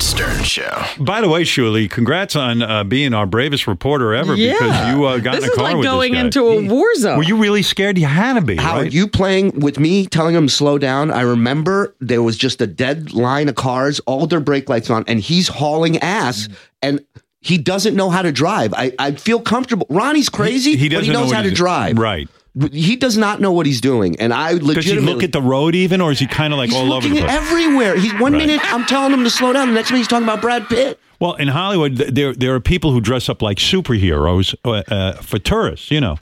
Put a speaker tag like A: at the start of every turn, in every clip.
A: Stern Show.
B: By the way, Shuli, congrats on uh, being our bravest reporter ever because you uh, got
C: this
B: in a
C: is
B: car
C: like
B: with
C: going
B: this guy.
C: into a war zone.
B: Were you really scared? You had to be.
D: Howard,
B: right?
D: you playing with me, telling him slow down. I remember there was just a dead line of cars, all their brake lights on, and he's hauling ass, and he doesn't know how to drive. I, I feel comfortable. Ronnie's crazy, but he
B: know
D: knows
B: what
D: how to
B: he's-
D: drive.
B: Right.
D: He does not know what he's doing, and I
B: Does he
D: legitimately
B: look at the road even, or is he kind of like
D: he's
B: all over
D: looking
B: the place?
D: everywhere. He's one minute I'm telling him to slow down, the next minute he's talking about Brad Pitt.
B: Well, in Hollywood, th- there there are people who dress up like superheroes uh, uh, for tourists. You know,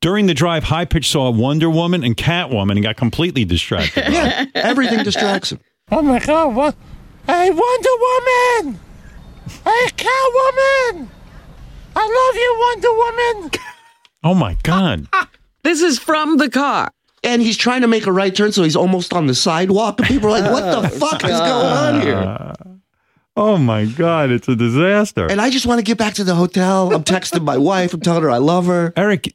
B: during the drive, high pitch saw Wonder Woman and Catwoman and got completely distracted. by it.
D: Yeah, everything distracts him.
E: Oh my god, what? Hey, Wonder Woman! Hey, Catwoman! I love you, Wonder Woman!
B: Oh my God!
C: this is from the car.
D: And he's trying to make a right turn, so he's almost on the sidewalk. And people are like, "What the fuck is going on here?"
B: Oh my God! It's a disaster.
D: And I just want to get back to the hotel. I'm texting my wife. I'm telling her I love her.
B: Eric,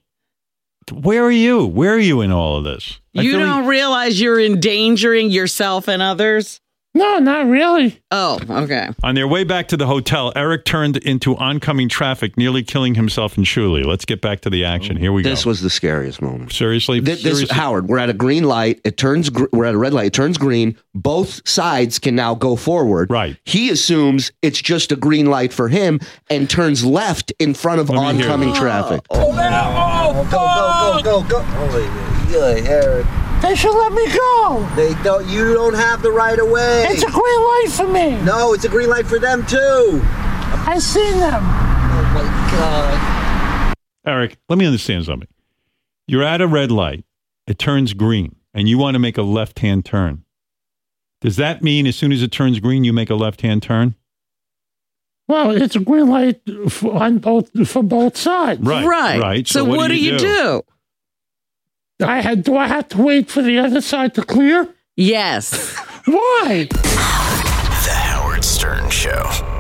B: where are you? Where are you in all of this? I
C: You
B: feel like-
C: don't realize you're endangering yourself and others.
E: No, not really.
C: Oh, okay.
B: On their way back to the hotel, Eric turned into oncoming traffic, nearly killing himself and Shuli. Let's get back to the action. Here we
D: This
B: go.
D: was the scariest moment.
B: seriously,
D: Th- This,
B: seriously?
D: Howard, we're at a green light. It turns. Gr- we're at a red light. It turns green. Both sides can now go forward.
B: Right.
D: He assumes it's just a green light for him and turns left in front of
B: Let me hear
D: oncoming traffic.
F: Go, go, go, go. Holy good, Eric.
E: They should let me go!
F: They don't, you don't have the right of way.
E: It's a green light for me!
F: no, it's a green light for them too.
E: I seen them!
F: Oh my God.
B: Eric, let me understand something. You're at a red light, it turns green, and you want to make a left hand turn. Does that mean as soon as it turns green, you make a left hand turn?
E: Well, it's a green light f on both for both sides.
C: Right.
B: Right.
C: So, what, do you do?
E: I had do I have to wait for the other side to clear?
C: Yes.
E: Why?
A: The Howard Stern Show.